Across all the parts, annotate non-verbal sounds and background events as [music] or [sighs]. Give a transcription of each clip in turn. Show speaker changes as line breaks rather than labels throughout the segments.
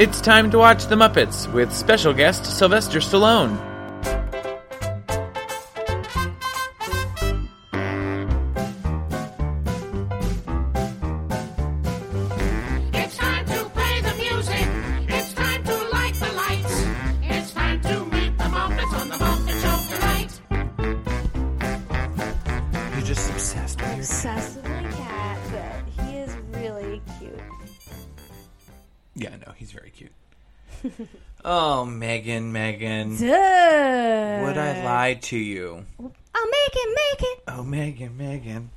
It's time to watch The Muppets with special guest Sylvester Stallone.
It's time to play the music. It's time to light the lights. It's time to meet the Muppets on the Muppet Show tonight.
You're just obsessed with your
obsessed with my cat, but he is really cute.
Yeah, no, he's very cute. [laughs] oh, Megan, Megan.
Duh.
Would
Would
I lie to you?
I'll make it, make it.
Oh, Megan, Megan.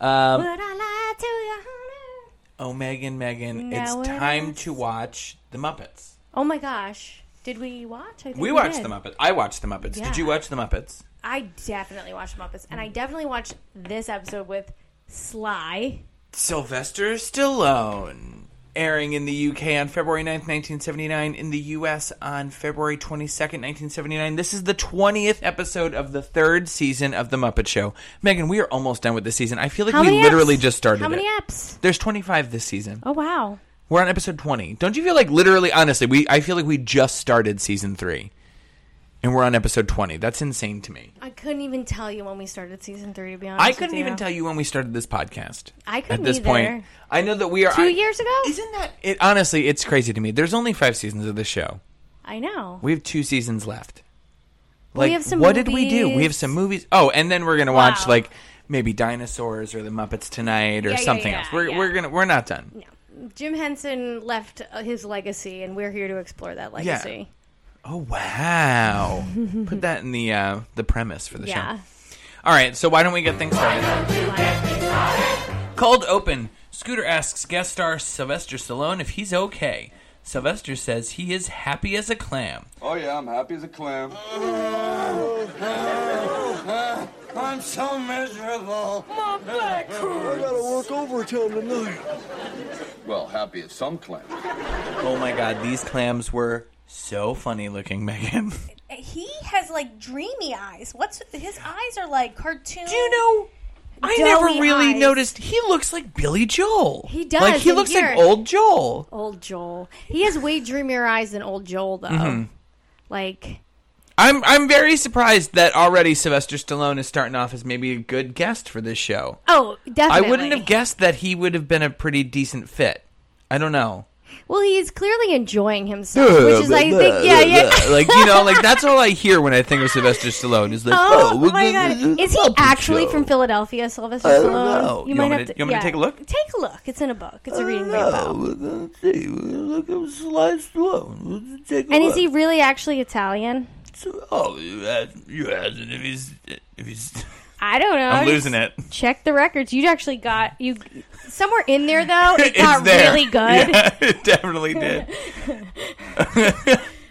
Um,
Would I lie to you, honey?
oh, Megan, Megan.
Now
it's
it
time
is.
to watch The Muppets.
Oh my gosh. Did we watch? I think
We watched
did.
The Muppets. I watched The Muppets.
Yeah.
Did you watch The Muppets?
I definitely watched Muppets, and I definitely watched this episode with Sly.
Sylvester Stallone. Airing in the UK on February 9th, 1979, in the US on February 22nd, 1979. This is the 20th episode of the third season of The Muppet Show. Megan, we are almost done with this season. I feel like
How
we
many
literally
apps?
just started
How many
it.
apps?
There's 25 this season.
Oh wow.
We're on episode 20. Don't you feel like literally, honestly, we I feel like we just started season three and we're on episode 20. That's insane to me.
I couldn't even tell you when we started season three. To be honest,
I
with
couldn't
you.
even tell you when we started this podcast.
I
At
couldn't
this
either.
point, I know that we are
Two
I-
years ago?
Isn't that it? Honestly, it's crazy to me. There's only five seasons of the show.
I know.
We have two seasons left. Like,
have some
what did we do? We have
movies.
some movies. Oh, and then we're gonna watch
Wow.
like maybe dinosaurs or the Muppets tonight or
Yeah, yeah,
something
yeah,
else. We're
yeah.
we're gonna we're not done.
Jim Henson left uh, his legacy, and we're here to explore that legacy.
Oh wow! Put that in the uh, the premise for the
Yeah.
show. All right, so why don't we get things started? Cold open. Scooter asks guest star Sylvester Stallone if he's okay. Sylvester says he is happy as a clam.
Oh yeah, I'm happy as a clam.
I'm so miserable.
I gotta work overtime tonight.
Well, happy as some clam.
Oh my god, these clams were so funny looking, [laughs] Megan.
He has like dreamy eyes. What's his eyes are like cartoon.
Do you know? I never
Doughy
really
eyes.
noticed. He looks like Billy Joel.
He does,
Like he
and
looks
here-
like old Joel.
Old Joel. He has way dreamier eyes than old Joel, though.
Mm-hmm.
Like,
I'm I'm very surprised that already Sylvester Stallone is starting off as maybe a good guest for this show.
oh,
I
definitely.
wouldn't have guessed that he would have been a pretty decent fit. I don't know.
Well, he's clearly enjoying himself, which is, I think, yeah, yeah.
like you know,
[laughs]
like that's all I hear when I think of Sylvester Stallone is like, oh,
Oh, oh my god! Is he actually from Philadelphia, Sylvester Stallone?
know. You want me to- you want me to take a look?
Take a look. It's in a book. It's a reading rainbow.
Look at Sly Stallone. Take a
And
look.
is he really actually Italian?
Oh, you asked, you asked if he's if he's.
I don't know.
I'm
Just
losing it.
Check the records. You actually got you somewhere in there though.
[laughs]
It [laughs]
It's
got
there.
really good,
Yeah, [laughs] it definitely did.
and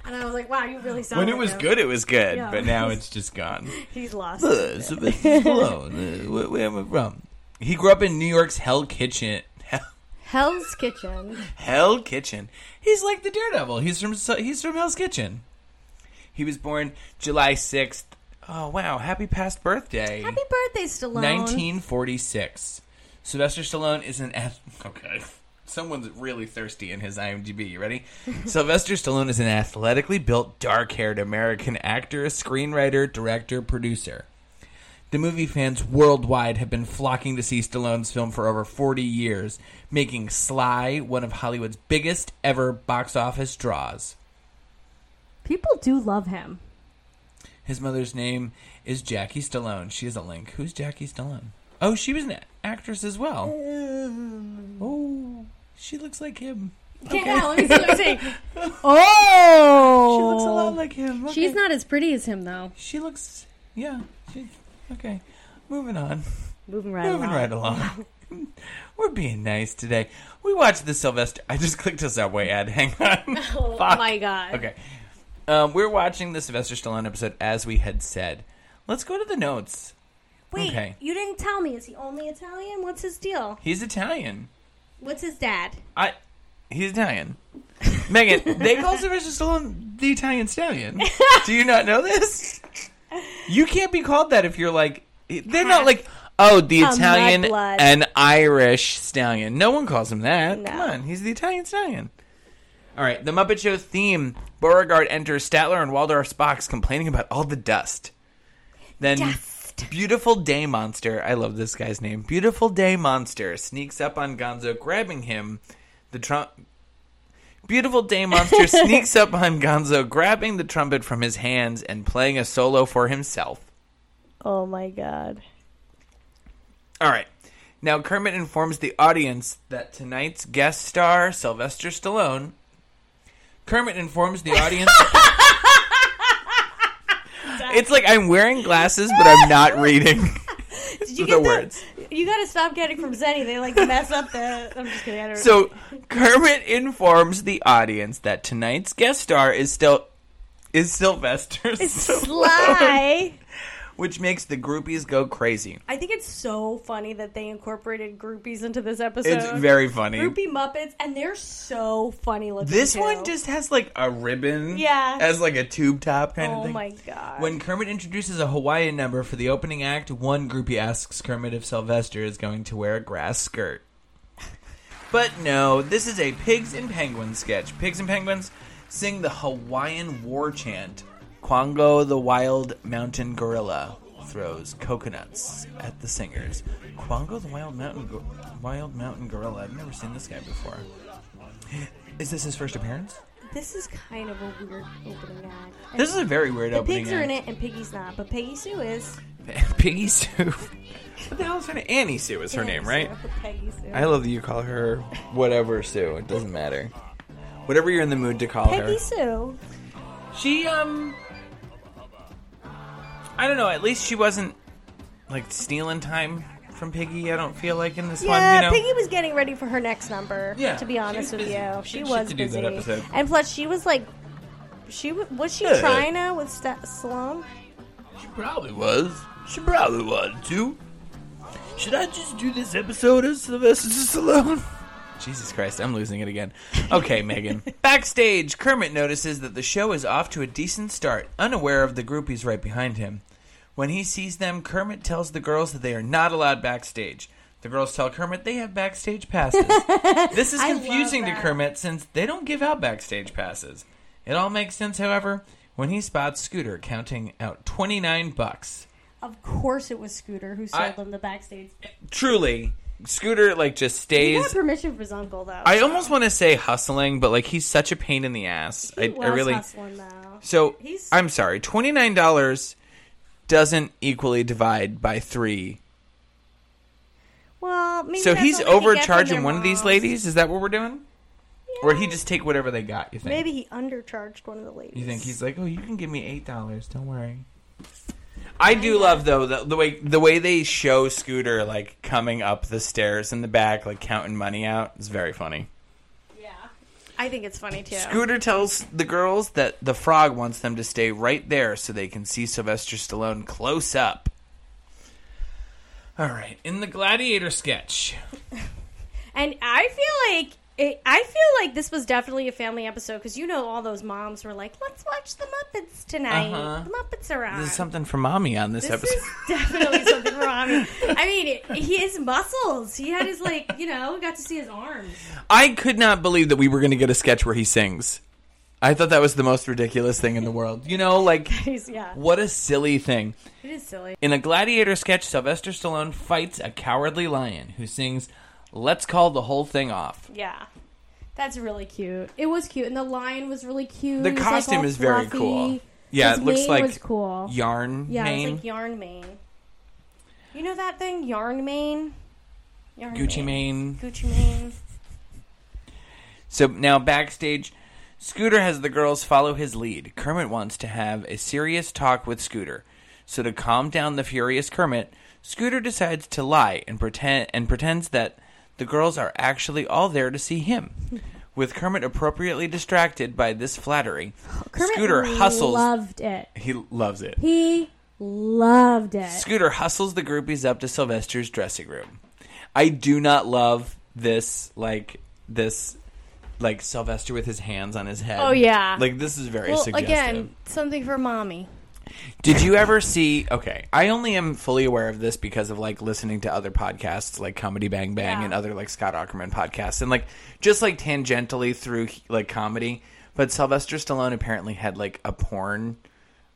[laughs] I was like, "Wow, you really sound."
when it
like
was
him.
good, it was good,
Yeah.
but now it's just gone.
he's lost.
Uh, Sylvester Stallone. Uh, where, where am I from? He grew up in New York's Hell Kitchen. [laughs] Hell,
Hell's Kitchen.
Hell Kitchen. He's like the Daredevil. He's from so- he's from Hell's Kitchen. He was born July sixth. Oh wow! Happy past birthday.
Happy birthday, Stallone.
1946. Sylvester Stallone is an ath- [laughs] okay. Someone's really thirsty in his IMDb. You ready? Sylvester Stallone is an athletically built, dark-haired American actor, screenwriter, director, producer. The movie fans worldwide have been flocking to see Stallone's film for over 40 years, making Sly one of Hollywood's biggest ever box office draws.
People do love him.
His mother's name is Jackie Stallone. She is a link. Who's Jackie Stallone? Oh, she was an actress as well. Oh, she looks like him.
Yeah, let me see. Let me see. Oh,
She looks a lot like him. Okay.
[laughs] She's not as pretty as him though.
She looks. Yeah. She, okay. Moving on.
Moving
[laughs]
right
Moving
along.
right along. [laughs] We're being nice today. We watched the Sylvester. I just clicked a Subway ad. [laughs] Hang on.
[laughs] Oh
Fuck.
my god.
Okay. Um, we're watching the Sylvester Stallone episode as we had said. Let's go to the notes.
Wait,
Okay.
you didn't tell me. Is he only Italian? What's his deal?
He's Italian.
What's his dad?
I he's Italian. Megan, they call Sylvester Stallone the Italian stallion. Do you not know this? You can't be called that if you're like they're not like oh the
A
Italian
mudblood.
and Irish stallion. No one calls him that.
No.
Come on, he's the Italian stallion. All right, the Muppet Show theme. Beauregard enters Statler and Waldorf's box, complaining about all the dust. Then,
Dust.
beautiful day monster. I love this guy's name. Beautiful day monster sneaks up on Gonzo, grabbing him. The trump. Beautiful day monster sneaks up on Gonzo, grabbing the trumpet from his hands and playing a solo for himself.
Oh my god.
All right. Now Kermit informs the audience that tonight's guest star Sylvester Stallone. Kermit informs the audience.
[laughs]
it's like I'm wearing glasses, but I'm not reading
Did [laughs]
the
you get that?
words.
You gotta stop getting from Zenny. They like mess up the. I'm just kidding. I don't
So Kermit informs the audience that tonight's guest star is still is Sylvester, Stallone,
[laughs] Sly.
which makes the groupies go crazy.
I think it's so funny that they incorporated groupies into this episode.
It's very funny.
groupie Muppets, and they're so funny looking.
This
too.
one just has like a ribbon,
Yeah.
as like a tube top kind of
Oh
thing.
my god.
When Kermit introduces a Hawaiian number for the opening act, one groupie asks Kermit if Sylvester is going to wear a grass skirt. But no, this is a Pigs and Penguins sketch. Pigs and Penguins sing the Hawaiian war chant Quango the Wild Mountain Gorilla throws coconuts at the singers. Quango the Wild Mountain, Go- Wild Mountain Gorilla. I've never seen this guy before. Is this his first appearance?
this is kind of a weird opening act. And
This is a very weird
the
opening
pigs are in
act.
it, and Piggy's not, but Peggy Sue is.
[laughs] Piggy Sue. What the hell is her name? Annie Sue is her name, right?
But Peggy Sue.
I love that you call her whatever Sue. It doesn't matter. Whatever you're in the mood to call
Peggy
her.
Sue.
She um I don't know, at least she wasn't like stealing time from Piggy, I don't feel like in this
Yeah,
one, you know.
Piggy was getting ready for her next number.
Yeah,
to be honest
she
with
was busy.
you,
She
she
had
was
shit to do
busy.
that episode.
And plus, she was like, she w- was she
Yeah.
trying to with St- Sloan?
she probably was. She probably wanted to. Should I just do this episode as Sylvester Stallone? Jesus Christ, I'm losing it again. Okay, [laughs] Megan. Backstage, Kermit notices that the show is off to a decent start, unaware of the groupies right behind him. When he sees them, Kermit tells the girls that they are not allowed backstage. The girls tell Kermit they have backstage passes. this is
I love
confusing to
that.
Kermit since they don't give out backstage passes. It all makes sense, however, when he spots Scooter counting out 29 bucks.
Of course, it was Scooter who sold
I-
them the backstage.
Truly, Scooter like just
He
stays
got permission from his uncle though.
I almost want to say hustling, but like he's such a pain in the ass.
He
I,
was
I really
hustling though.
so
He's-
I'm sorry. Twenty nine dollars doesn't equally divide by three.
Well, maybe
so
that's
he's
all they could get from
overcharging
their
one of these
moms.
ladies. Is that what we're doing? Or he just take whatever they got? You think?
Maybe he undercharged one of the ladies.
You think he's like, oh, you can give me eight dollars. Don't worry. I do love though the, the way the way they show Scooter like coming up the stairs in the back, like counting money out. It's very funny.
I think it's funny too.
Scooter tells the girls that the frog wants them to stay right there so they can see Sylvester Stallone close up. All right, in the gladiator sketch.
And I feel like it, I feel like this was definitely a family episode because you know all those moms were like, "Let's watch the Muppets tonight.
Uh-huh.
The Muppets are on."
There's something for mommy on this,
This
episode. [laughs]
is definitely something wrong. I mean, his muscles. He had his like, you know, got to see his arms.
I could not believe that we were going to get a sketch where he sings. I thought that was the most ridiculous thing in the world. You know, like
He's yeah,
what a silly thing.
it is silly.
In a gladiator sketch, Sylvester Stallone fights a cowardly lion who sings, "Let's call the whole thing off."
Yeah. That's really cute. It was cute, and the lion was really cute.
The
It was, like,
costume
all
is very
fluffy.
cool. Yeah,
His
it looks
mane
like
was cool.
Yarn
yeah,
mane.
it's like yarn mane. You know that thing, yarn mane. Yarn
Gucci Mane.
Gucci mane.
So now backstage, Scooter has the girls follow his lead. Kermit wants to have a serious talk with Scooter. So to calm down the furious Kermit, Scooter decides to lie and pretend and pretends that the girls are actually all there to see him.
[laughs]
With Kermit appropriately distracted by this flattery,
Kermit
Scooter hustles.
Loved it.
he loves it.
He loved it.
Scooter hustles the groupies up to Sylvester's dressing room. I do not love this, like this, like Sylvester with his hands on his head.
Oh, yeah.
like this is very
well,
suggestive.
again, something for mommy.
Did you ever see? Okay, I only am fully aware of this because of like listening to other podcasts like Comedy Bang Bang and other like Scott Ackerman podcasts, and like just like tangentially through like comedy. But Sylvester Stallone apparently had like a porn,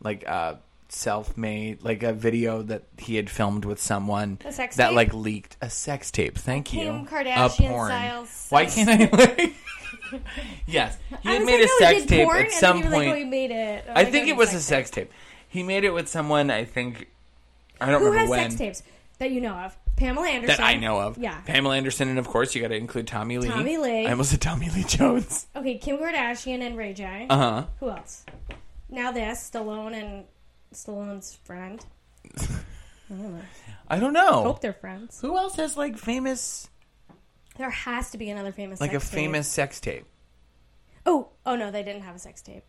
like uh, self-made like a video that he had filmed with someone
A sex
that
tape?
like leaked a sex tape. Thank you,
Kim
A
Kardashian
porn.
style
Why
sex
can't I? Like... [laughs] yes, he
I
had
was
made
like,
a
oh, he
sex
did
tape
porn?
at
And
some
he was
point.
Like, oh, he made it. Oh,
I
my
think
God,
it was a
sex
sex tape. He made it with someone. I think I don't
Who
remember
has
when
sex tapes that you know of? Pamela Anderson.
that I know of.
Yeah.
Pamela Anderson, and of course you got to include Tommy Lee.
Tommy Lee.
I almost said Tommy Lee
[laughs]
Jones.
Okay, Kim Kardashian and Ray J.
Uh huh.
Who else? Now this Stallone and Stallone's friend.
I don't know.
Hope they're friends.
Who else has like famous,
There has to be another famous
like
sex
a
tape.
famous sex tape?
Oh, oh no, they didn't have a sex tape.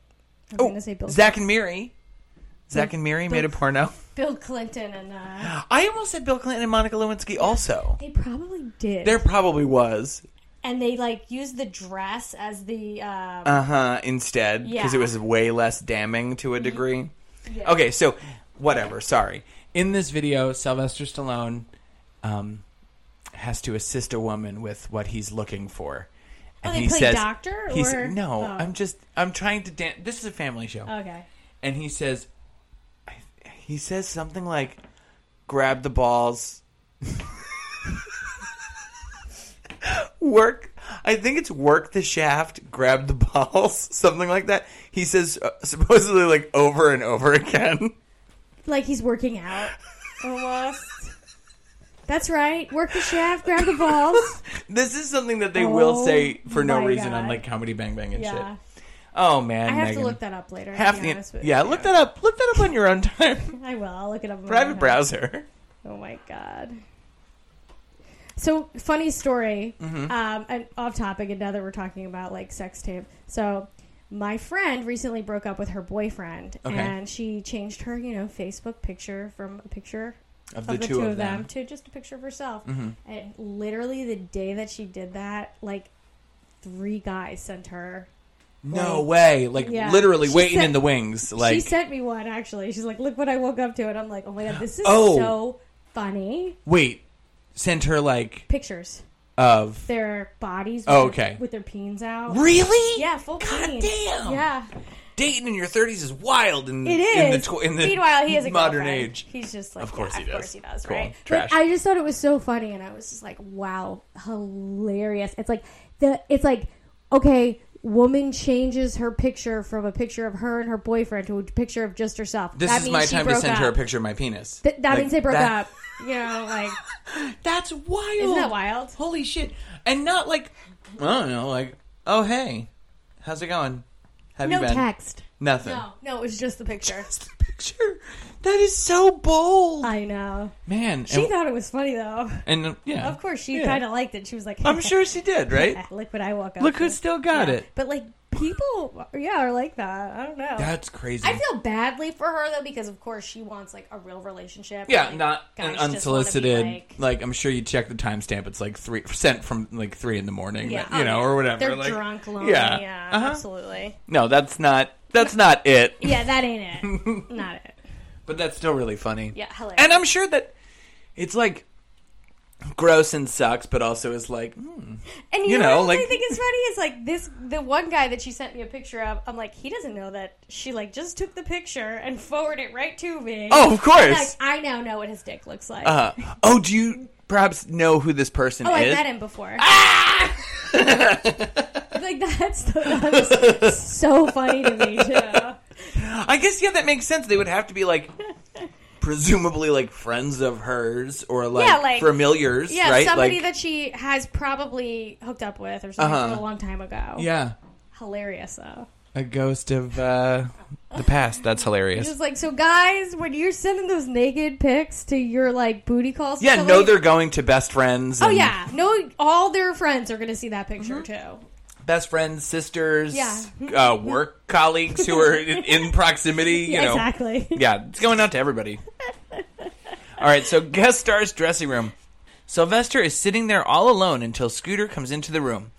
I was
Oh,
gonna say Bill,
Zach and Miri. Zach and Miri made a porno.
Bill Clinton
[gasps]
and uh,
I almost said Bill Clinton and Monica Lewinsky. Also,
they probably did.
there probably was.
and they like used the dress as the um,
Uh huh. Instead, because
Yeah. Mm-hmm.
it was way less damning to a degree. Okay, so whatever. Sorry. In this video, Sylvester Stallone um, has to assist a woman with what he's looking for, and
Oh, they
he
play
says,
doctor,
he's-
or-
no,
oh.
I'm just I'm trying to dance. This is a family show,
okay.
and he says, I, he says something like, "Grab the balls." work i think it's work the shaft grab the balls [laughs] something like that he says uh, supposedly like over and over again
Like he's
[laughs]
working out almost. That's right. Work the shaft, grab the balls.
this is something that they will
Oh
say for no
my
reason on
God.
like comedy bang bang and
Yeah.
[laughs] shit oh man
I have
Megan.
to look that up later. to
half
be honest
the
with
yeah
you.
look that up look that up on your own time [laughs]
I will. I'll look it up. on my own
private
time.
browser
Oh my god. So funny story. Um, and off topic, and now that we're talking about like sex tape, so my friend recently broke up with her boyfriend,
Okay.
and she changed her, you know, Facebook picture from a picture
of
of the, two, of them. Mm-hmm. to just a picture of herself. And literally the day that she did that, like three guys sent her.
no
Like,
way like
yeah.
literally
She
waiting
said-
in the wings like
she sent me one actually. She's like, "Look what I woke up to," and I'm like, "Oh my [gasps] god, this is
Oh.
so funny."
wait sent her like
Pictures.
of
their bodies. With
Oh,
their-
okay.
with their peens out.
really
Yeah, full
God
peens.
damn.
Yeah,
dating in your 30s is wild in,
it is.
in the, tw- in the
Meanwhile, he has a
modern
girlfriend.
age
He's just like,
Of course he
yeah, Of
does.
course he does.
Cool.
Right?
Trash.
But I just thought it was so funny, and I was just like, wow, hilarious. It's like the. It's like okay. Woman changes her picture from a picture of her and her boyfriend to a picture of just herself.
this
that
is
means
my
she
time to
broke
send
up.
her a picture of my penis
Th- that
Like,
means they broke
that-
up. You know, like
[laughs] That's wild.
Isn't that wild?
Holy shit. And not like, I don't know, like, oh, hey, how's it going? Have
no
you been?
text.
Nothing.
No, no, it was just the picture.
[laughs] That's the picture. That is so bold.
I know.
Man.
Uh, She
and,
thought it was funny though.
and, uh, yeah.
Of course, she
Yeah.
kind of liked it. She was like, "Ah,
I'm
[laughs]
sure she did, right?
Look what I woke up.
Look
to."
who still got
Yeah.
it.
But like people, yeah, are like that. I don't know.
That's crazy.
I feel badly for her though because of course she wants like a real relationship.
yeah,
Like,
not
guys
an
just wanna be,
unsolicited. Like,
like-
I'm sure you check the timestamp. It's like three sent from like three in the morning,
Yeah.
you know,
Oh,
or whatever.
they're
like-
drunk, lonely.
yeah.
Yeah,
Uh-huh.
absolutely.
No, that's not. That's not
[laughs]
it.
Yeah, that
[laughs]
ain't it. not it.
But that's still really funny.
Yeah, hilarious.
And I'm sure that it's like gross and sucks, but also is like hmm.
And you,
You know,
know, what
like-
I think is funny is like this the one guy that she sent me a picture of. I'm like, he doesn't know that she like just took the picture and forwarded it right to me.
oh, of
[laughs] like
course.
I now know what his dick looks like.
Uh, oh, do you perhaps know who this person
Oh, I
is?
met him before. Ah! [laughs] like that's the, that was so funny to me too.
I guess yeah, that makes sense. They would have to be
[laughs]
like presumably like friends of hers or like,
Yeah, like-
familiars,
Yeah,
right?
somebody
like,
that she has probably hooked up with or something
Uh-huh.
from a long time ago.
yeah,
hilarious though.
a ghost of uh, the past. That's hilarious.
Just like so, guys, when you're sending those naked pics to your like booty calls, to
yeah,
somebody-
no, they're going to best friends.
Oh
and
yeah, no, all their friends are gonna see that picture
Mm-hmm.
too.
best friends, sisters,
Yeah.
uh, work colleagues who are in, in proximity.
[laughs]
You know,
exactly.
[laughs] Yeah, it's going out to everybody. all right, so guest stars dressing room. Sylvester is sitting there all alone until Scooter comes into the room.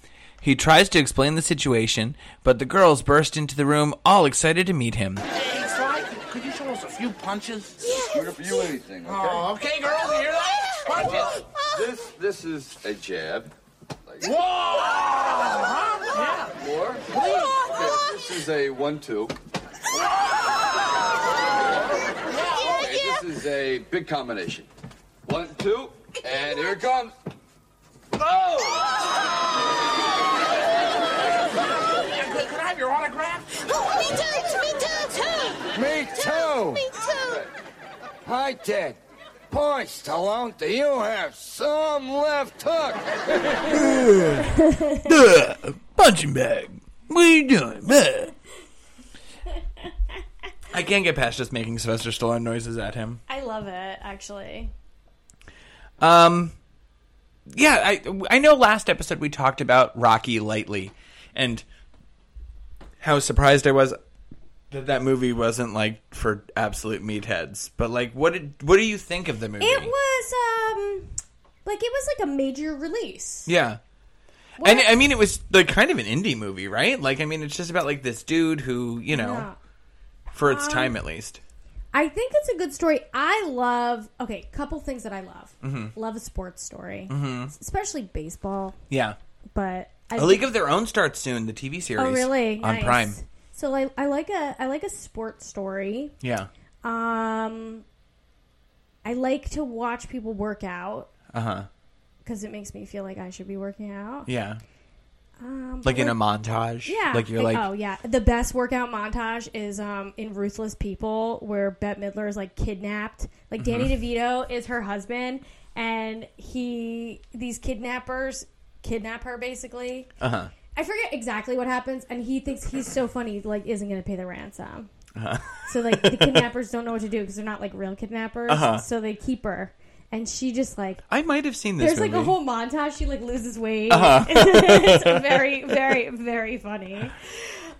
He tries to explain the situation, but the girls burst into the room all excited to meet him.
Hey, Sly, could you show us a
few punches?
We're gonna for you anything, okay?
Oh, okay, girls, you hear that? Punches.
This this is a jab. Like,
Whoa! Huh?
More. Okay, this is a one-two.
Oh,
Okay, this is a big combination. One, two, and here it comes. Oh!
Yeah. Could, could I have your autograph?
Oh, me too! It's me too! too.
Me too.
Me too!
I did. Boy, Stallone, do you have some left hook?
Ugh, punching bag. What are you doing? Ugh.
I can't get past just making Sylvester Stallone noises at him.
I love it, actually.
Um, yeah, I I know. Last episode we talked about Rocky lightly, and how surprised I was that that movie wasn't like for absolute meatheads. But like, what did what do you think of the movie?
It was um like it was like a major release.
yeah. And I mean, it was like kind of an indie movie, right? Like, I mean, it's just about like this dude who, you know,
Yeah. Um,
for its time at least.
I think it's a good story. I love okay, couple things that I love.
Mm-hmm.
Love a sports story, especially baseball.
Yeah,
But I
A League of Their Own starts soon. The TV series.
oh really
on
Nice.
Prime.
So I, I like a I like a sports story.
Yeah.
Um, I like to watch people work out
Uh huh.
because it makes me feel like I should be working out.
Yeah.
Um,
Like in
but-
a montage.
Yeah.
Like you're like,
oh yeah. The best workout montage is um in Ruthless People where Bette Midler is like kidnapped. Like Danny
Mm-hmm.
DeVito is her husband and he these kidnappers kidnap her basically.
uh huh.
I forget exactly what happens and he thinks he's so funny he, like isn't going to pay the ransom.
Uh-huh.
So like the kidnappers don't know what to do because they're not like real kidnappers.
Uh-huh.
So they keep her and she just like
I might have seen this
there's
movie. Uh-huh.
like a whole montage. She like loses weight.
[laughs]
[laughs] it's very, very, very funny.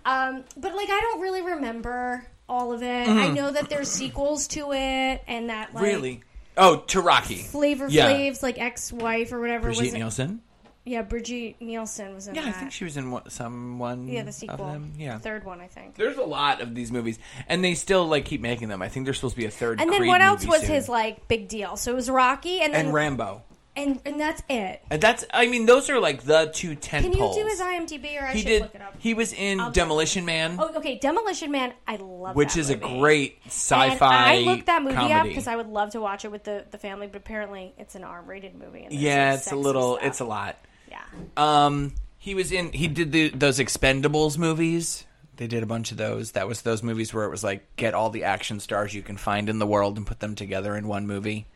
Um, but like, I don't really remember all of it. I know that there's sequels to it, and that like
Mm-hmm. really. Oh, to Rocky.
Flavor
Yeah.
Flav's like ex-wife or whatever was
Brigitte
in-
Nielsen.
Yeah, Brigitte Nielsen was in
Yeah, I
that.
think she was in what, someone.
yeah, the
Of
sequel.
them. Yeah.
third one, I think.
There's a lot of these movies, and they still like keep making them. I think there's supposed to be a third.
And then
Creed
what else
movie
was
soon.
his like big deal? So it was Rocky, and then
And Rambo.
and, and that's it.
And that's. I mean, those are like the two tent
Can
poles.
you do his IMDb or I
he
should
did.
look it up?
He was in
I'll-
Demolition Man,
Oh, okay. Demolition Man, I love
which
that
is
movie.
a great sci-fi.
And I looked that movie up
comedy.
because I would love to watch it with the, the family, but apparently it's an R-rated movie. And there's
Yeah,
some
it's a
sexy
little.
stuff.
It's a lot.
yeah.
Um, he was in. He did the, those Expendables movies. They did a bunch of those. That was those movies where it was like get all the action stars you can find in the world and put them together in one movie.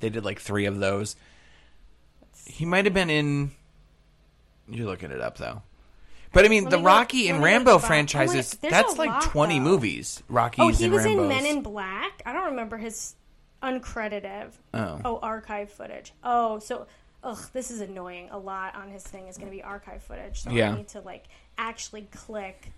They did like three of those. He might have been in. You're looking it up though. But I mean,
Let
the
me look-
Rocky
let
and
me look
Rambo
up.
franchises.
Oh, wait, there's
that's
a
like
lot,
20
though.
movies. Rockies
Oh, he
and
was
Rambo's.
in Men in Black. I don't remember his uncredited.
Oh.
archive footage. Oh, so ugh, this is annoying. A lot on his thing is going to be archive footage. So
Yeah.
I need to like actually click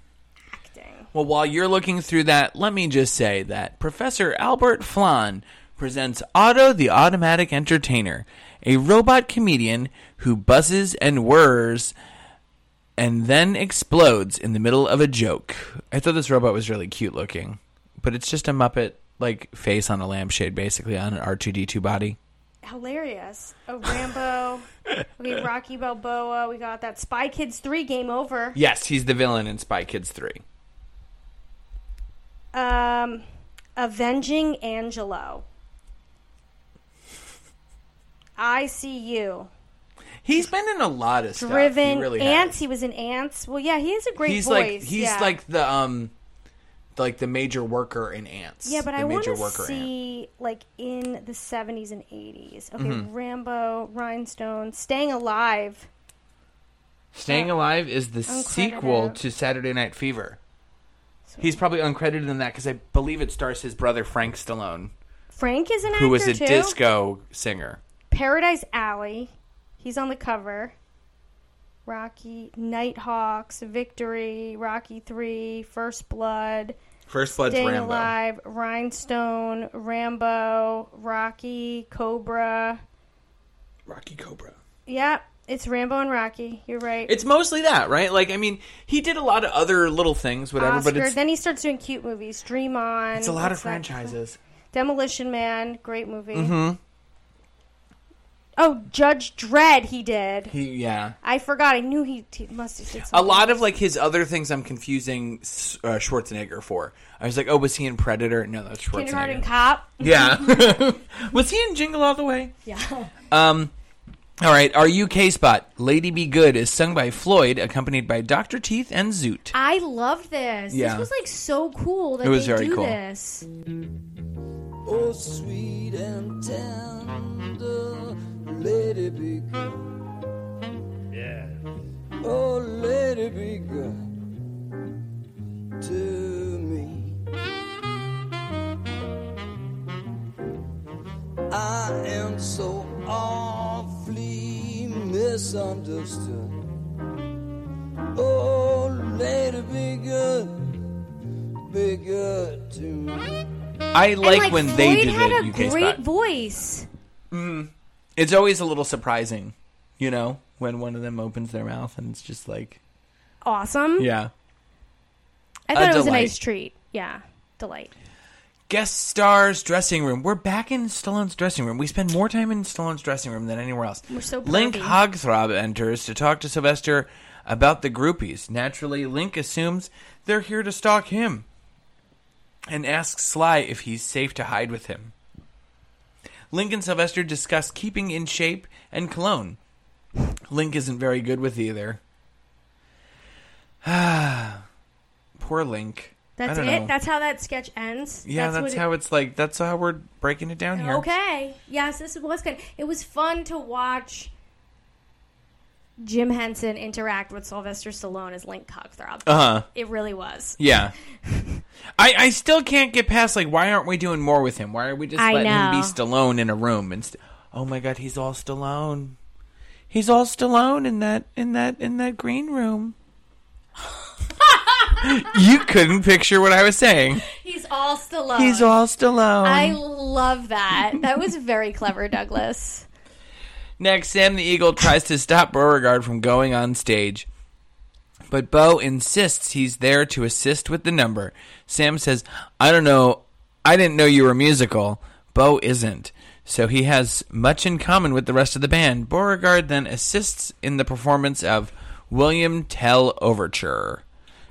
acting.
Well, while you're looking through that, let me just say that Professor Albert Flan presents Otto the Automatic Entertainer, a robot comedian who buzzes and whirs and then explodes in the middle of a joke. I thought this robot was really cute looking, but it's just a Muppet like face on a lampshade basically on an R2D2 body.
Hilarious.
[laughs]
Oh, Rambo. okay, Rocky Balboa. We got that. Spy Kids three. Game over.
Yes, he's the villain in Spy Kids 3.
Um, Avenging Angelo. I see you.
He's been in a lot of stuff. He
Driven
really has.
Ants. He was in Ants. Well, yeah, he has a great
he's
voice.
like he's
yeah.
like the um like the major worker in ants
yeah, but
the
I want
major
to
worker ant. Mm-hmm.
see like in the seventies and eighties. Okay, Rambo, Rhinestone, Staying Alive.
staying alive is the
Uncredited.
sequel to saturday night fever he's probably uncredited in that because i believe it stars his brother frank stallone
Frank is an actor
who was a
too.
disco singer
Paradise Alley. He's on the cover. Rocky, Nighthawks, Victory, Rocky Three, First Blood.
first blood's
Staying
rambo
Alive, Rhinestone, Rambo, Rocky, Cobra.
rocky cobra
Yep. It's Rambo and Rocky. You're right.
It's mostly that, right? Like, I mean, he did a lot of other little things, whatever,
Oscar.
but it's,
then he starts doing cute movies. Dream On.
it's a lot of
What's that?
franchises.
Demolition Man, great movie.
hmm
Oh, Judge Dredd, he did.
He, yeah.
I forgot. I knew he, he must have did something.
A lot of like his other things, I'm confusing S- uh, Schwarzenegger for. I was like, oh, was he in Predator? No, that's
Kindergarten
Schwarzenegger.
Cop.
Yeah, [laughs] was he in Jingle All the Way?
Yeah.
Um, all right, our UK spot, "Lady Be Good," is sung by Floyd, accompanied by Doctor Teeth and Zoot.
I loved this.
Yeah.
This was like so cool that
It was
they
very
do
cool.
this.
Oh, sweet and tender lady be good. Yeah. Oh, lady be good to me. I am so awfully misunderstood. Oh, lady be good, be good to me.
I like,
and, like
when
Floyd
they did
had
the
a
UK
great
spot.
voice.
Mm. It's always a little surprising, you know, when one of them opens their mouth and it's just like,
Awesome.
yeah.
I thought
A
it was a
delight.
nice treat. Yeah. Delight.
Guest stars dressing room. We're back in Stallone's dressing room. We spend more time in Stallone's dressing room than anywhere else.
We're so
Link
pervy.
Hogthrob enters to talk to Sylvester about the groupies. Naturally, Link assumes they're here to stalk him and asks Sly if he's safe to hide with him. Link and Sylvester discuss keeping in shape and cologne. Link isn't very good with either. [sighs] Poor Link. I
That's it.
don't know.
That's how that sketch ends.
Yeah, that's,
what it-
how it's like. That's how we're breaking it down here.
Okay. Yes, this was good. It was fun to watch Jim Henson interact with Sylvester Stallone as Link Cockthrob.
Uh-huh.
It really was.
Yeah. [laughs] I I still can't get past like why aren't we doing more with him? Why are we just
I
letting him
know.
be Stallone in a room and st- oh my god he's all Stallone. He's all Stallone in that in that in that green
[laughs]
room. you couldn't picture what I was saying.
He's all Stallone.
He's all Stallone.
I love that. That was very
[laughs]
clever, Douglas.
Next, Sam the Eagle tries to stop Beauregard from going on stage. But Bo insists he's there to assist with the number. Sam says, I don't know. I didn't know you were musical. Bo isn't. So he has much in common with the rest of the band. Beauregard then assists in the performance of William Tell Overture.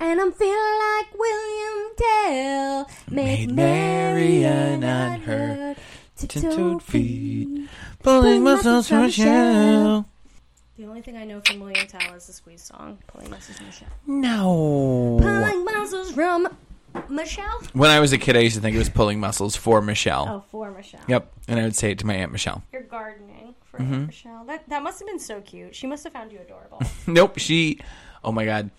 And I'm feeling like William Tell. Make
Marian on her tiptoed feet, pulling muscles from shell.
The only thing I know from William Tell is the squeeze song, Pulling Muscles from Michelle.
No.
Pulling Muscles from Michelle?
When I was a kid, I used to think it was pulling muscles for Michelle.
Oh, for Michelle.
Yep, and I would say it to my aunt Michelle.
You're gardening for
Mhm.
Michelle. That that must have been so cute. She must have found you
[laughs]
adorable.
Nope, she. Oh my god.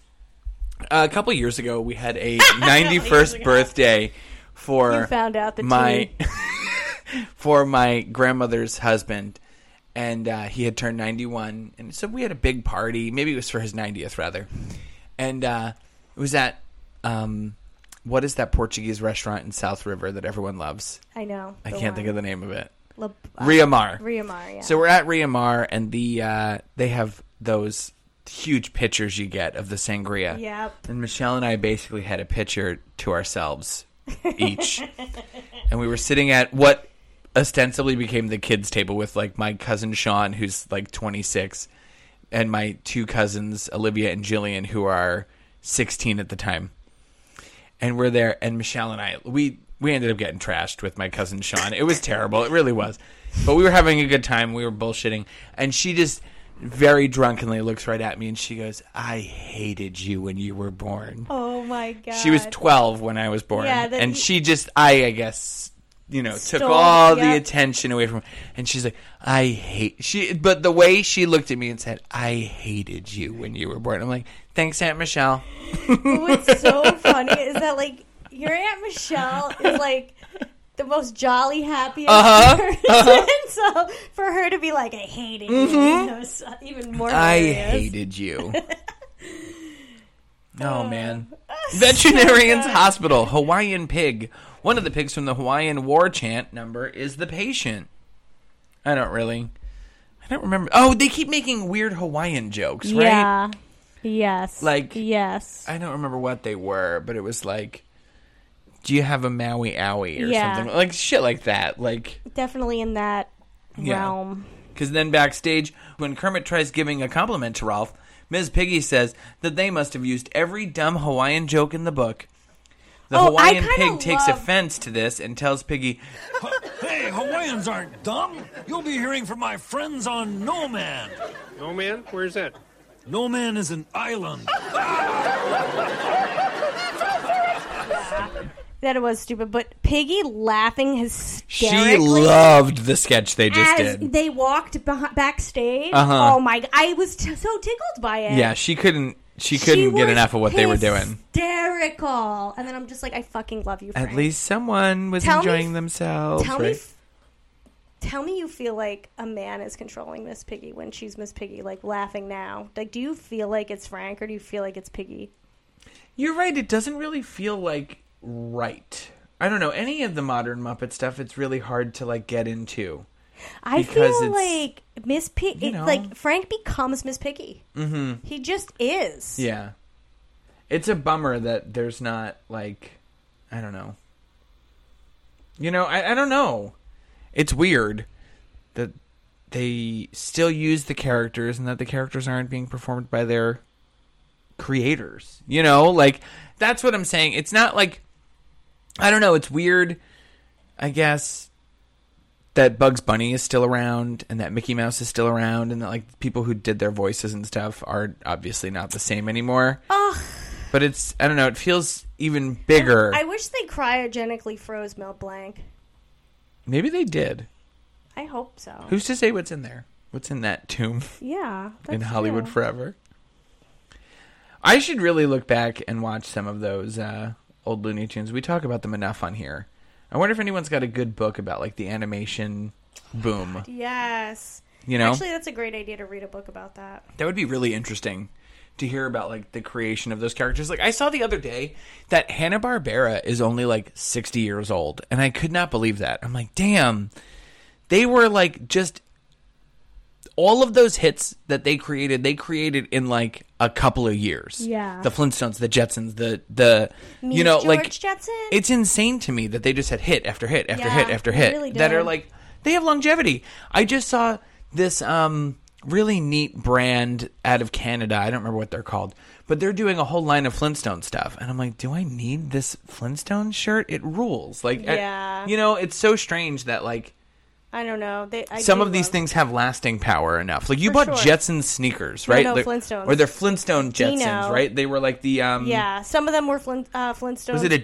a couple years ago, we had
[laughs]
a
years
91st
ago.
birthday for
You found out the
my [laughs] for my grandmother's husband, and uh, he had turned 91, and so we had a big party. Maybe it was for his 90th, rather, and uh, it was at um, what is that Portuguese restaurant in South River that everyone loves?
I know.
I can't think of the name of it.
La- uh,
Ria Mar.
Ria Mar, yeah.
So we're at Ria Mar, and the uh, they have those huge pictures you get of the sangria.
Yep.
And Michelle and I basically had a picture to ourselves
[laughs]
each, and we were sitting at what ostensibly became the kids' table with like my cousin Sean, who's like 26, and my two cousins Olivia and Jillian, who are 16 at the time and we're there and michelle and i we we ended up getting trashed with my cousin sean it was terrible it really was but we were having a good time we were bullshitting and she just very drunkenly looks right at me and she goes i hated you when you were born
Oh my god.
she was 12 when i was born
Yeah, that-
and she just i i guess you know took
Stole-
all the
yeah.
attention away from and she's like i hate she but the way she looked at me and said i hated you when you were born i'm like thanks aunt michelle
What's so funny is that like your aunt Michelle
[laughs]
is like the most jolly, happiest
Uh-huh,
person.
uh-huh.
[laughs] so for her to be like, I hate it, you
Mhm.
know, so- even more.
I
hilarious.
hated
[laughs]
you.
Uh,
oh man. Veterinarians Hospital, Hawaiian pig. One of the pigs from the Hawaiian war chant number is the patient. I don't really I don't remember. Oh, they keep making weird Hawaiian jokes, right?
Yeah. Yes.
Like-
yes.
I don't remember what they were, but it was like, do you have a Maui owie or
Yeah.
something like shit like that, like
Definitely in that
Yeah.
realm.
Because then backstage, when Kermit tries giving a compliment to Ralph, Ms. Piggy says that they must have used every dumb Hawaiian joke in the book. The
Oh, I
Hawaiian
kinda
pig takes
love-
offense to this and tells Piggy,
Hey, Hawaiians aren't dumb. You'll be hearing from my friends on No Man. No Oh, Man? Where's that? No Man is an island.
That it was stupid, but Piggy laughing
She
hysterically.
loved the sketch they just
as
did.
they walked beh backstage.
Uh-huh.
Oh my! I was t- so tickled by it.
Yeah, she couldn't. She couldn't get
was
enough of what they were doing.
hysterical. And then I'm just like, I fucking love you. Frank.
At least someone was
Tell me-
enjoying themselves.
tell me
right?
f- Tell me, you feel like a man is controlling Miss Piggy when she's Miss Piggy, like laughing now. Like, do you feel like it's Frank or do you feel like it's Piggy?
You're right. It doesn't really feel like right. I don't know any of the modern Muppet stuff. It's really hard to like get into.
I
Because it's-
feel like Miss Piggy.
you know.
Like Frank becomes Miss Piggy.
Mm-hmm.
He just is.
Yeah. It's a bummer that there's not like I don't know. You know, I, I don't know. It's weird that they still use the characters and that the characters aren't being performed by their creators. You know, like that's what I'm saying. It's not like I don't know, it's weird I guess that Bugs Bunny is still around and that Mickey Mouse is still around and that like people who did their voices and stuff are obviously not the same anymore.
Ugh.
But it's I don't know, it feels even bigger.
I wish they cryogenically froze Mel Blanc.
Maybe they did.
I hope so.
Who's to say what's in there? What's in that tomb
Yeah.
in
that's
Hollywood
true.
forever? I should really look back and watch some of those uh, old Looney Tunes. We talk about them enough on here. I wonder if anyone's got a good book about like the animation boom.
Yes.
You know?
Actually, that's a great idea to read a book about that.
That would be really interesting to hear about like the creation of those characters. Like I saw the other day that Hanna Barbera is only like sixty years old, and I could not believe that. I'm like, damn, they were like just all of those hits that they created. They created in like a couple of years.
Yeah.
the Flintstones, the Jetsons, the the
Meet
you know
George
like
Jetson.
it's insane to me that they just had hit after hit after
Yeah,
hit after
they
hit
really
that
did.
are like they have longevity. I just saw this um really neat brand out of Canada. I don't remember what they're called, but they're doing a whole line of Flintstone stuff, and I'm like, do I need this Flintstone shirt? It rules. Like, I-
Yeah.
you know, it's so strange that like
I don't know. They, I
some
do
of these
love-
things have lasting power enough. Like you
For
bought
sure.
Jetson sneakers,
No,
right?
no,
Like-
Flintstones.
or they're Flintstone Jetsons,
Dino.
right? They were like the um
yeah, some of them were Flint, uh, Flintstones.
Was it Adidas?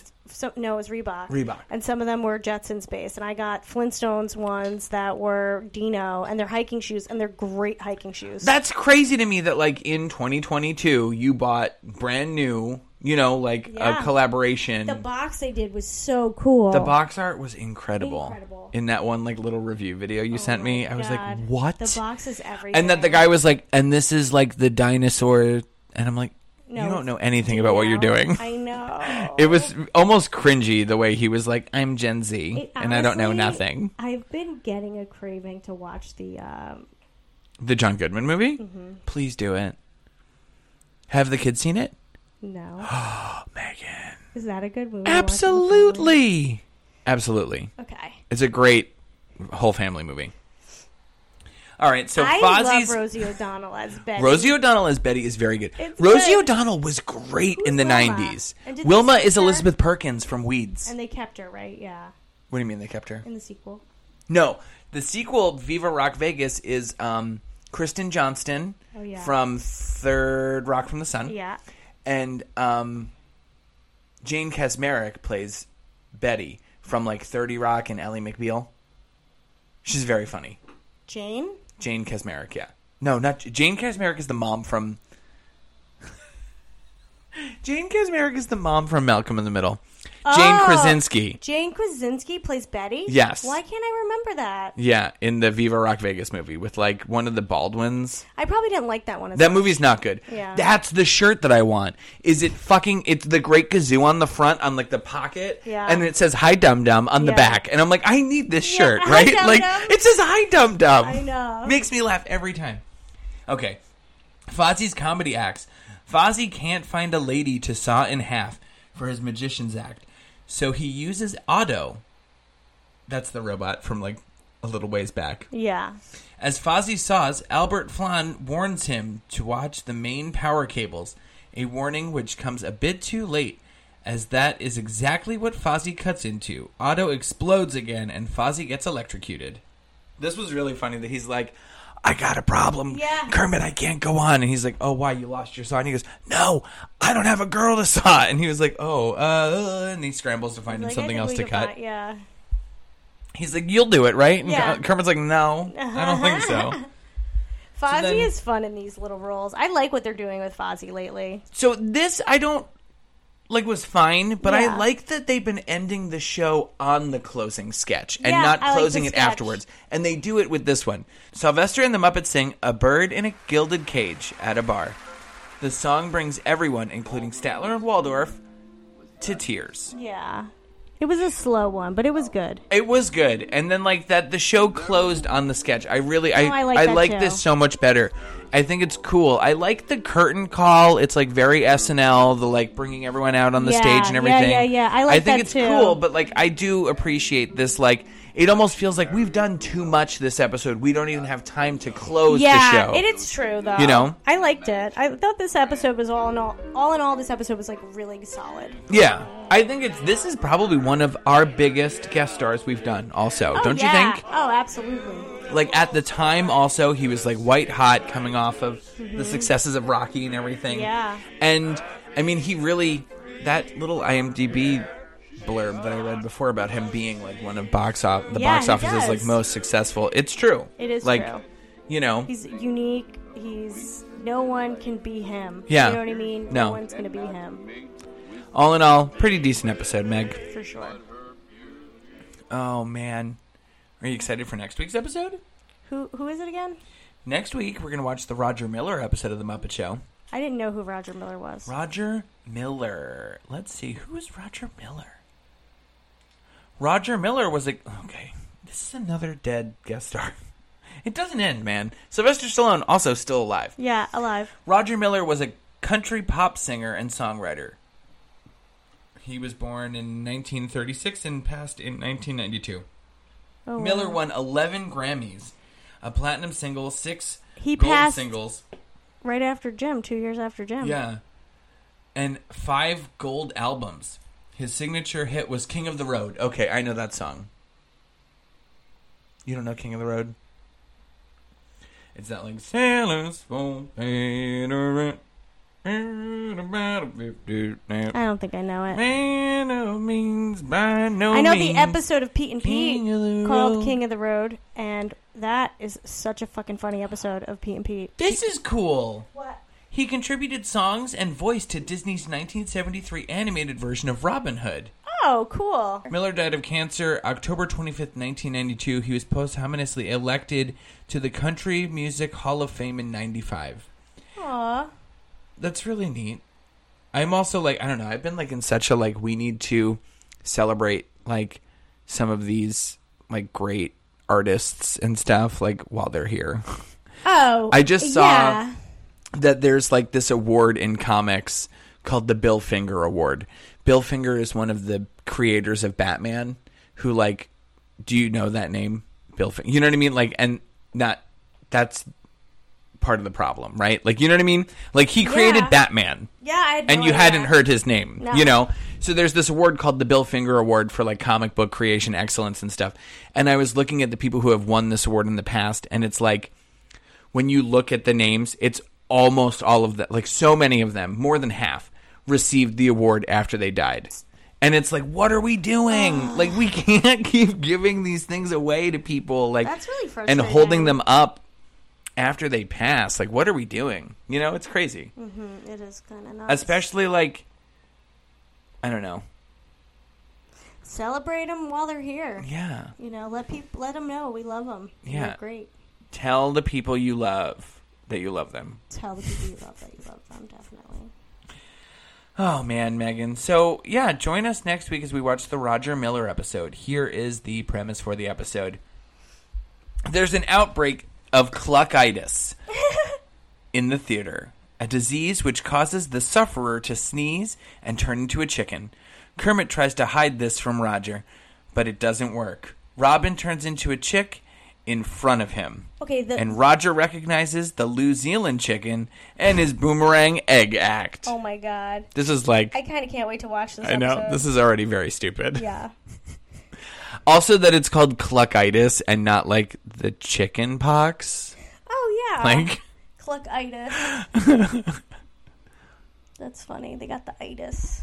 based. So, no, it was Reebok.
Reebok.
And some of them were Jetsons based. And I got Flintstones ones that were Dino, and they're hiking shoes, and they're great hiking shoes.
That's crazy to me that like in 2022 you bought brand new, you know, like
Yeah.
a collaboration.
the box they did was so cool.
The box art was incredible.
Incredible. Oh
In that one like little review video you sent me, I was like,
God.
"What?"
The box is everything.
and that the guy was like, "And this is like the dinosaur." And I'm like,
No,
"You don't
it's
know anything about what you're doing."
I know.
[laughs] It was almost cringy the way he was like, "I'm Gen Z
It
and I don't know
honestly-
nothing."
I've been getting a craving to watch the. Um,
The John Goodman movie?
Mhm.
Please do it. Have the kids seen it?
no.
[gasps] Megan.
Is that a good movie? to watch with the family?
Absolutely. Absolutely.
Okay.
It's a great whole family movie. All right, so
I
Fozzie's
love Rosie O'Donnell as Betty.
Rosie O'Donnell as Betty is very good.
It's
Rosie
good.
O'Donnell was great in the 90s.
And did they
Wilma
keep
is
her?
Elizabeth Perkins from Weeds.
And they kept her, right? Yeah.
What do you mean they kept her?
In the sequel.
No, the sequel Viva Rock Vegas is um, Kristen Johnston
Oh, yeah.
from Third Rock from the Sun.
Yeah.
and um, Jane Kasmerick plays Betty from like Thirty Rock and Ellie McBeal. She's very funny.
Jane?
Jane Kasmerick, yeah. No, not Jane Kasmerick is the mom from. [laughs] Jane Kasmerick is the mom from Malcolm in the Middle. Jane
Oh,
Krasinski.
Jane Krasinski plays Betty?
Yes.
Why can't I remember that?
Yeah, in the Viva Rock Vegas movie with like one of the Baldwins.
I probably didn't like that one as
That
much.
movie's not good.
Yeah.
That's the shirt that I want. Is it fucking it's the great kazoo on the front on like the pocket
Yeah.
and it says hi dum dum on the
Yeah.
back and I'm like I need this shirt,
[laughs] Hi,
right?
Dum
like
Dum.
it says hi dum dum.
I know.
Makes me laugh every time. Okay. Fozzie's comedy acts. Fozzie can't find a lady to saw in half for his magician's act. So he uses Otto. That's the robot from like a little ways back.
Yeah.
As Fozzie saws, Albert Flan warns him to watch the main power cables, a warning which comes a bit too late, as that is exactly what Fozzie cuts into. Otto explodes again, and Fozzie gets electrocuted. This was really funny that he's like, I got a problem.
Yeah.
Kermit, I can't go on. And he's like, Oh, why? You lost your saw? And he goes, No, I don't have a girl to saw. And he was like, Oh, uh, and he scrambles to find him
Like, I
something
think
else
we
to
could
cut.
find- yeah.
He's like, You'll do it, right? And
Yeah.
Kermit's like, No, I don't think
[laughs]
so.
Fozzie
then-
is fun in these little roles. I like what they're doing with Fozzie lately.
So this I don't like was fine, but
Yeah.
I like that they've been ending the show on the closing sketch and
Yeah,
not
I like the
closing it
sketch.
afterwards. And they do it with this one. Sylvester and the Muppets sing A Bird in a Gilded Cage at a bar. The song brings everyone, including Statler and Waldorf, to tears.
Yeah. It was a slow one, but it was good.
It was good, and then like that, the show closed on the sketch. I really, I,
No, Oh, I like
I
that
like
too.
this so much better. I think it's cool. I like the curtain call. It's like very SNL, the like bringing everyone out on the
Yeah,
stage and
yeah,
everything.
yeah, yeah. I like
I think
that
it's
too.
cool, but like I do appreciate this. Like it almost feels like we've done too much this episode. We don't even have time to close
yeah,
the show.
it is true though.
You know?
I liked it. I thought this episode was all in all, all in all, this episode was like really solid.
Yeah, I think it's this is probably one of our biggest guest stars we've done. Also,
Oh,
don't you
yeah.
think?
Oh, absolutely.
like at the time also he was like white hot coming off of the
Mhm.
successes of rocky and everything
Yeah.
and i mean he really that little imdb blurb that i read before about him being like one of box off the
Yeah,
box
he
office's
does.
like most successful it's true
It is
like
true.
you know
He's unique. He's no one can be him.
Yeah.
You know what I mean?
No.
one's gonna be him.
all in all pretty decent episode meg
For sure.
oh man are you excited for next week's episode
Who who is it again?
next week we're gonna watch the roger miller episode of the muppet show
I didn't know who Roger Miller was.
Roger Miller. Let's see. Who is Roger Miller? Roger Miller was a. Okay. This is another dead guest star. [laughs] It doesn't end, man. Sylvester Stallone, also still alive.
Yeah, alive.
Roger Miller was a country pop singer and songwriter. He was born in 1936 and passed in 1992.
Oh,
Miller
wow.
won 11 Grammys, a platinum single, six
He
gold
passed-
singles.
Right after Jim, two years after Jim.
Yeah.
[laughs]
And five gold albums. His signature hit was King of the Road. Okay, I know that song. You don't know King of the Road? It's that like Sailors won't pay the rent.
I don't think I know it.
Man of means by no
I know
means.
the episode of Pete and Pete
King of the
called
Road.
King of the Road, and that is such a fucking funny episode of Pete and Pete.
This is cool. What? He contributed songs and voice to Disney's 1973 animated version of Robin Hood.
Oh, cool.
Miller died of cancer October 25th, 1992. He was posthumously elected to the Country Music Hall of Fame in 95.
Aw.
That's really neat. I'm also like, I don't know, I've been like in such a like, we need to celebrate like some of these like great artists and stuff like while they're here.
Oh,
I just saw
yeah.
that there's like this award in comics called the Bill Finger Award. Bill Finger is one of the creators of Batman who like do you know that name? Bill Finger. You know what I mean? Like and not that's part of the problem, right? Like you know what I mean? Like he created
Yeah.
Batman.
Yeah, I had no
and you
idea.
hadn't heard his name,
No.
you know. So there's this award called the Bill Finger Award for like comic book creation excellence and stuff. And I was looking at the people who have won this award in the past and it's like when you look at the names, it's almost all of that, like so many of them, more than half, received the award after they died. And it's like, what are we
[sighs]
doing? like, we can't keep giving these things away to people, like,
That's really
and
frustrating.
holding them up after they pass. Like, what are we doing? You know, it's crazy,
Mhm, It is kind of nuts.
especially like, I don't know.
Celebrate them while they're here.
Yeah.
You know, let people let them know we love them.
Yeah.
They're great.
Tell the people you love that you love them.
Tell the people you love that you love them. Definitely.
Oh man, Megan. So yeah, join us next week as we watch the Roger Miller episode. Here is the premise for the episode. There's an outbreak
[laughs]
of cluckitis in the theater, a disease which causes the sufferer to sneeze and turn into a chicken. Kermit tries to hide this from Roger, but it doesn't work. Robin turns into a chick in front of him.
Okay, the-
and Roger recognizes the New Zealand chicken and his boomerang egg act.
Oh my god.
This is like-
I kind of can't wait to watch this.
I know.
episode.
This is already very stupid.
Yeah.
Also, that it's called cluckitis and not like the chicken pox.
Oh
Uh-huh.
yeah.
Like- [laughs]
Cluckitis. That's funny. They got the itis.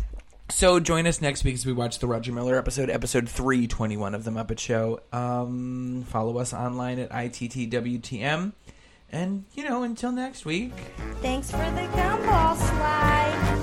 So, join us next week as we watch the Roger Miller episode, episode 321 of The Muppet Show. Um, follow us online at ITTWTM. And, you know, until next week.
Thanks for the gumball slide.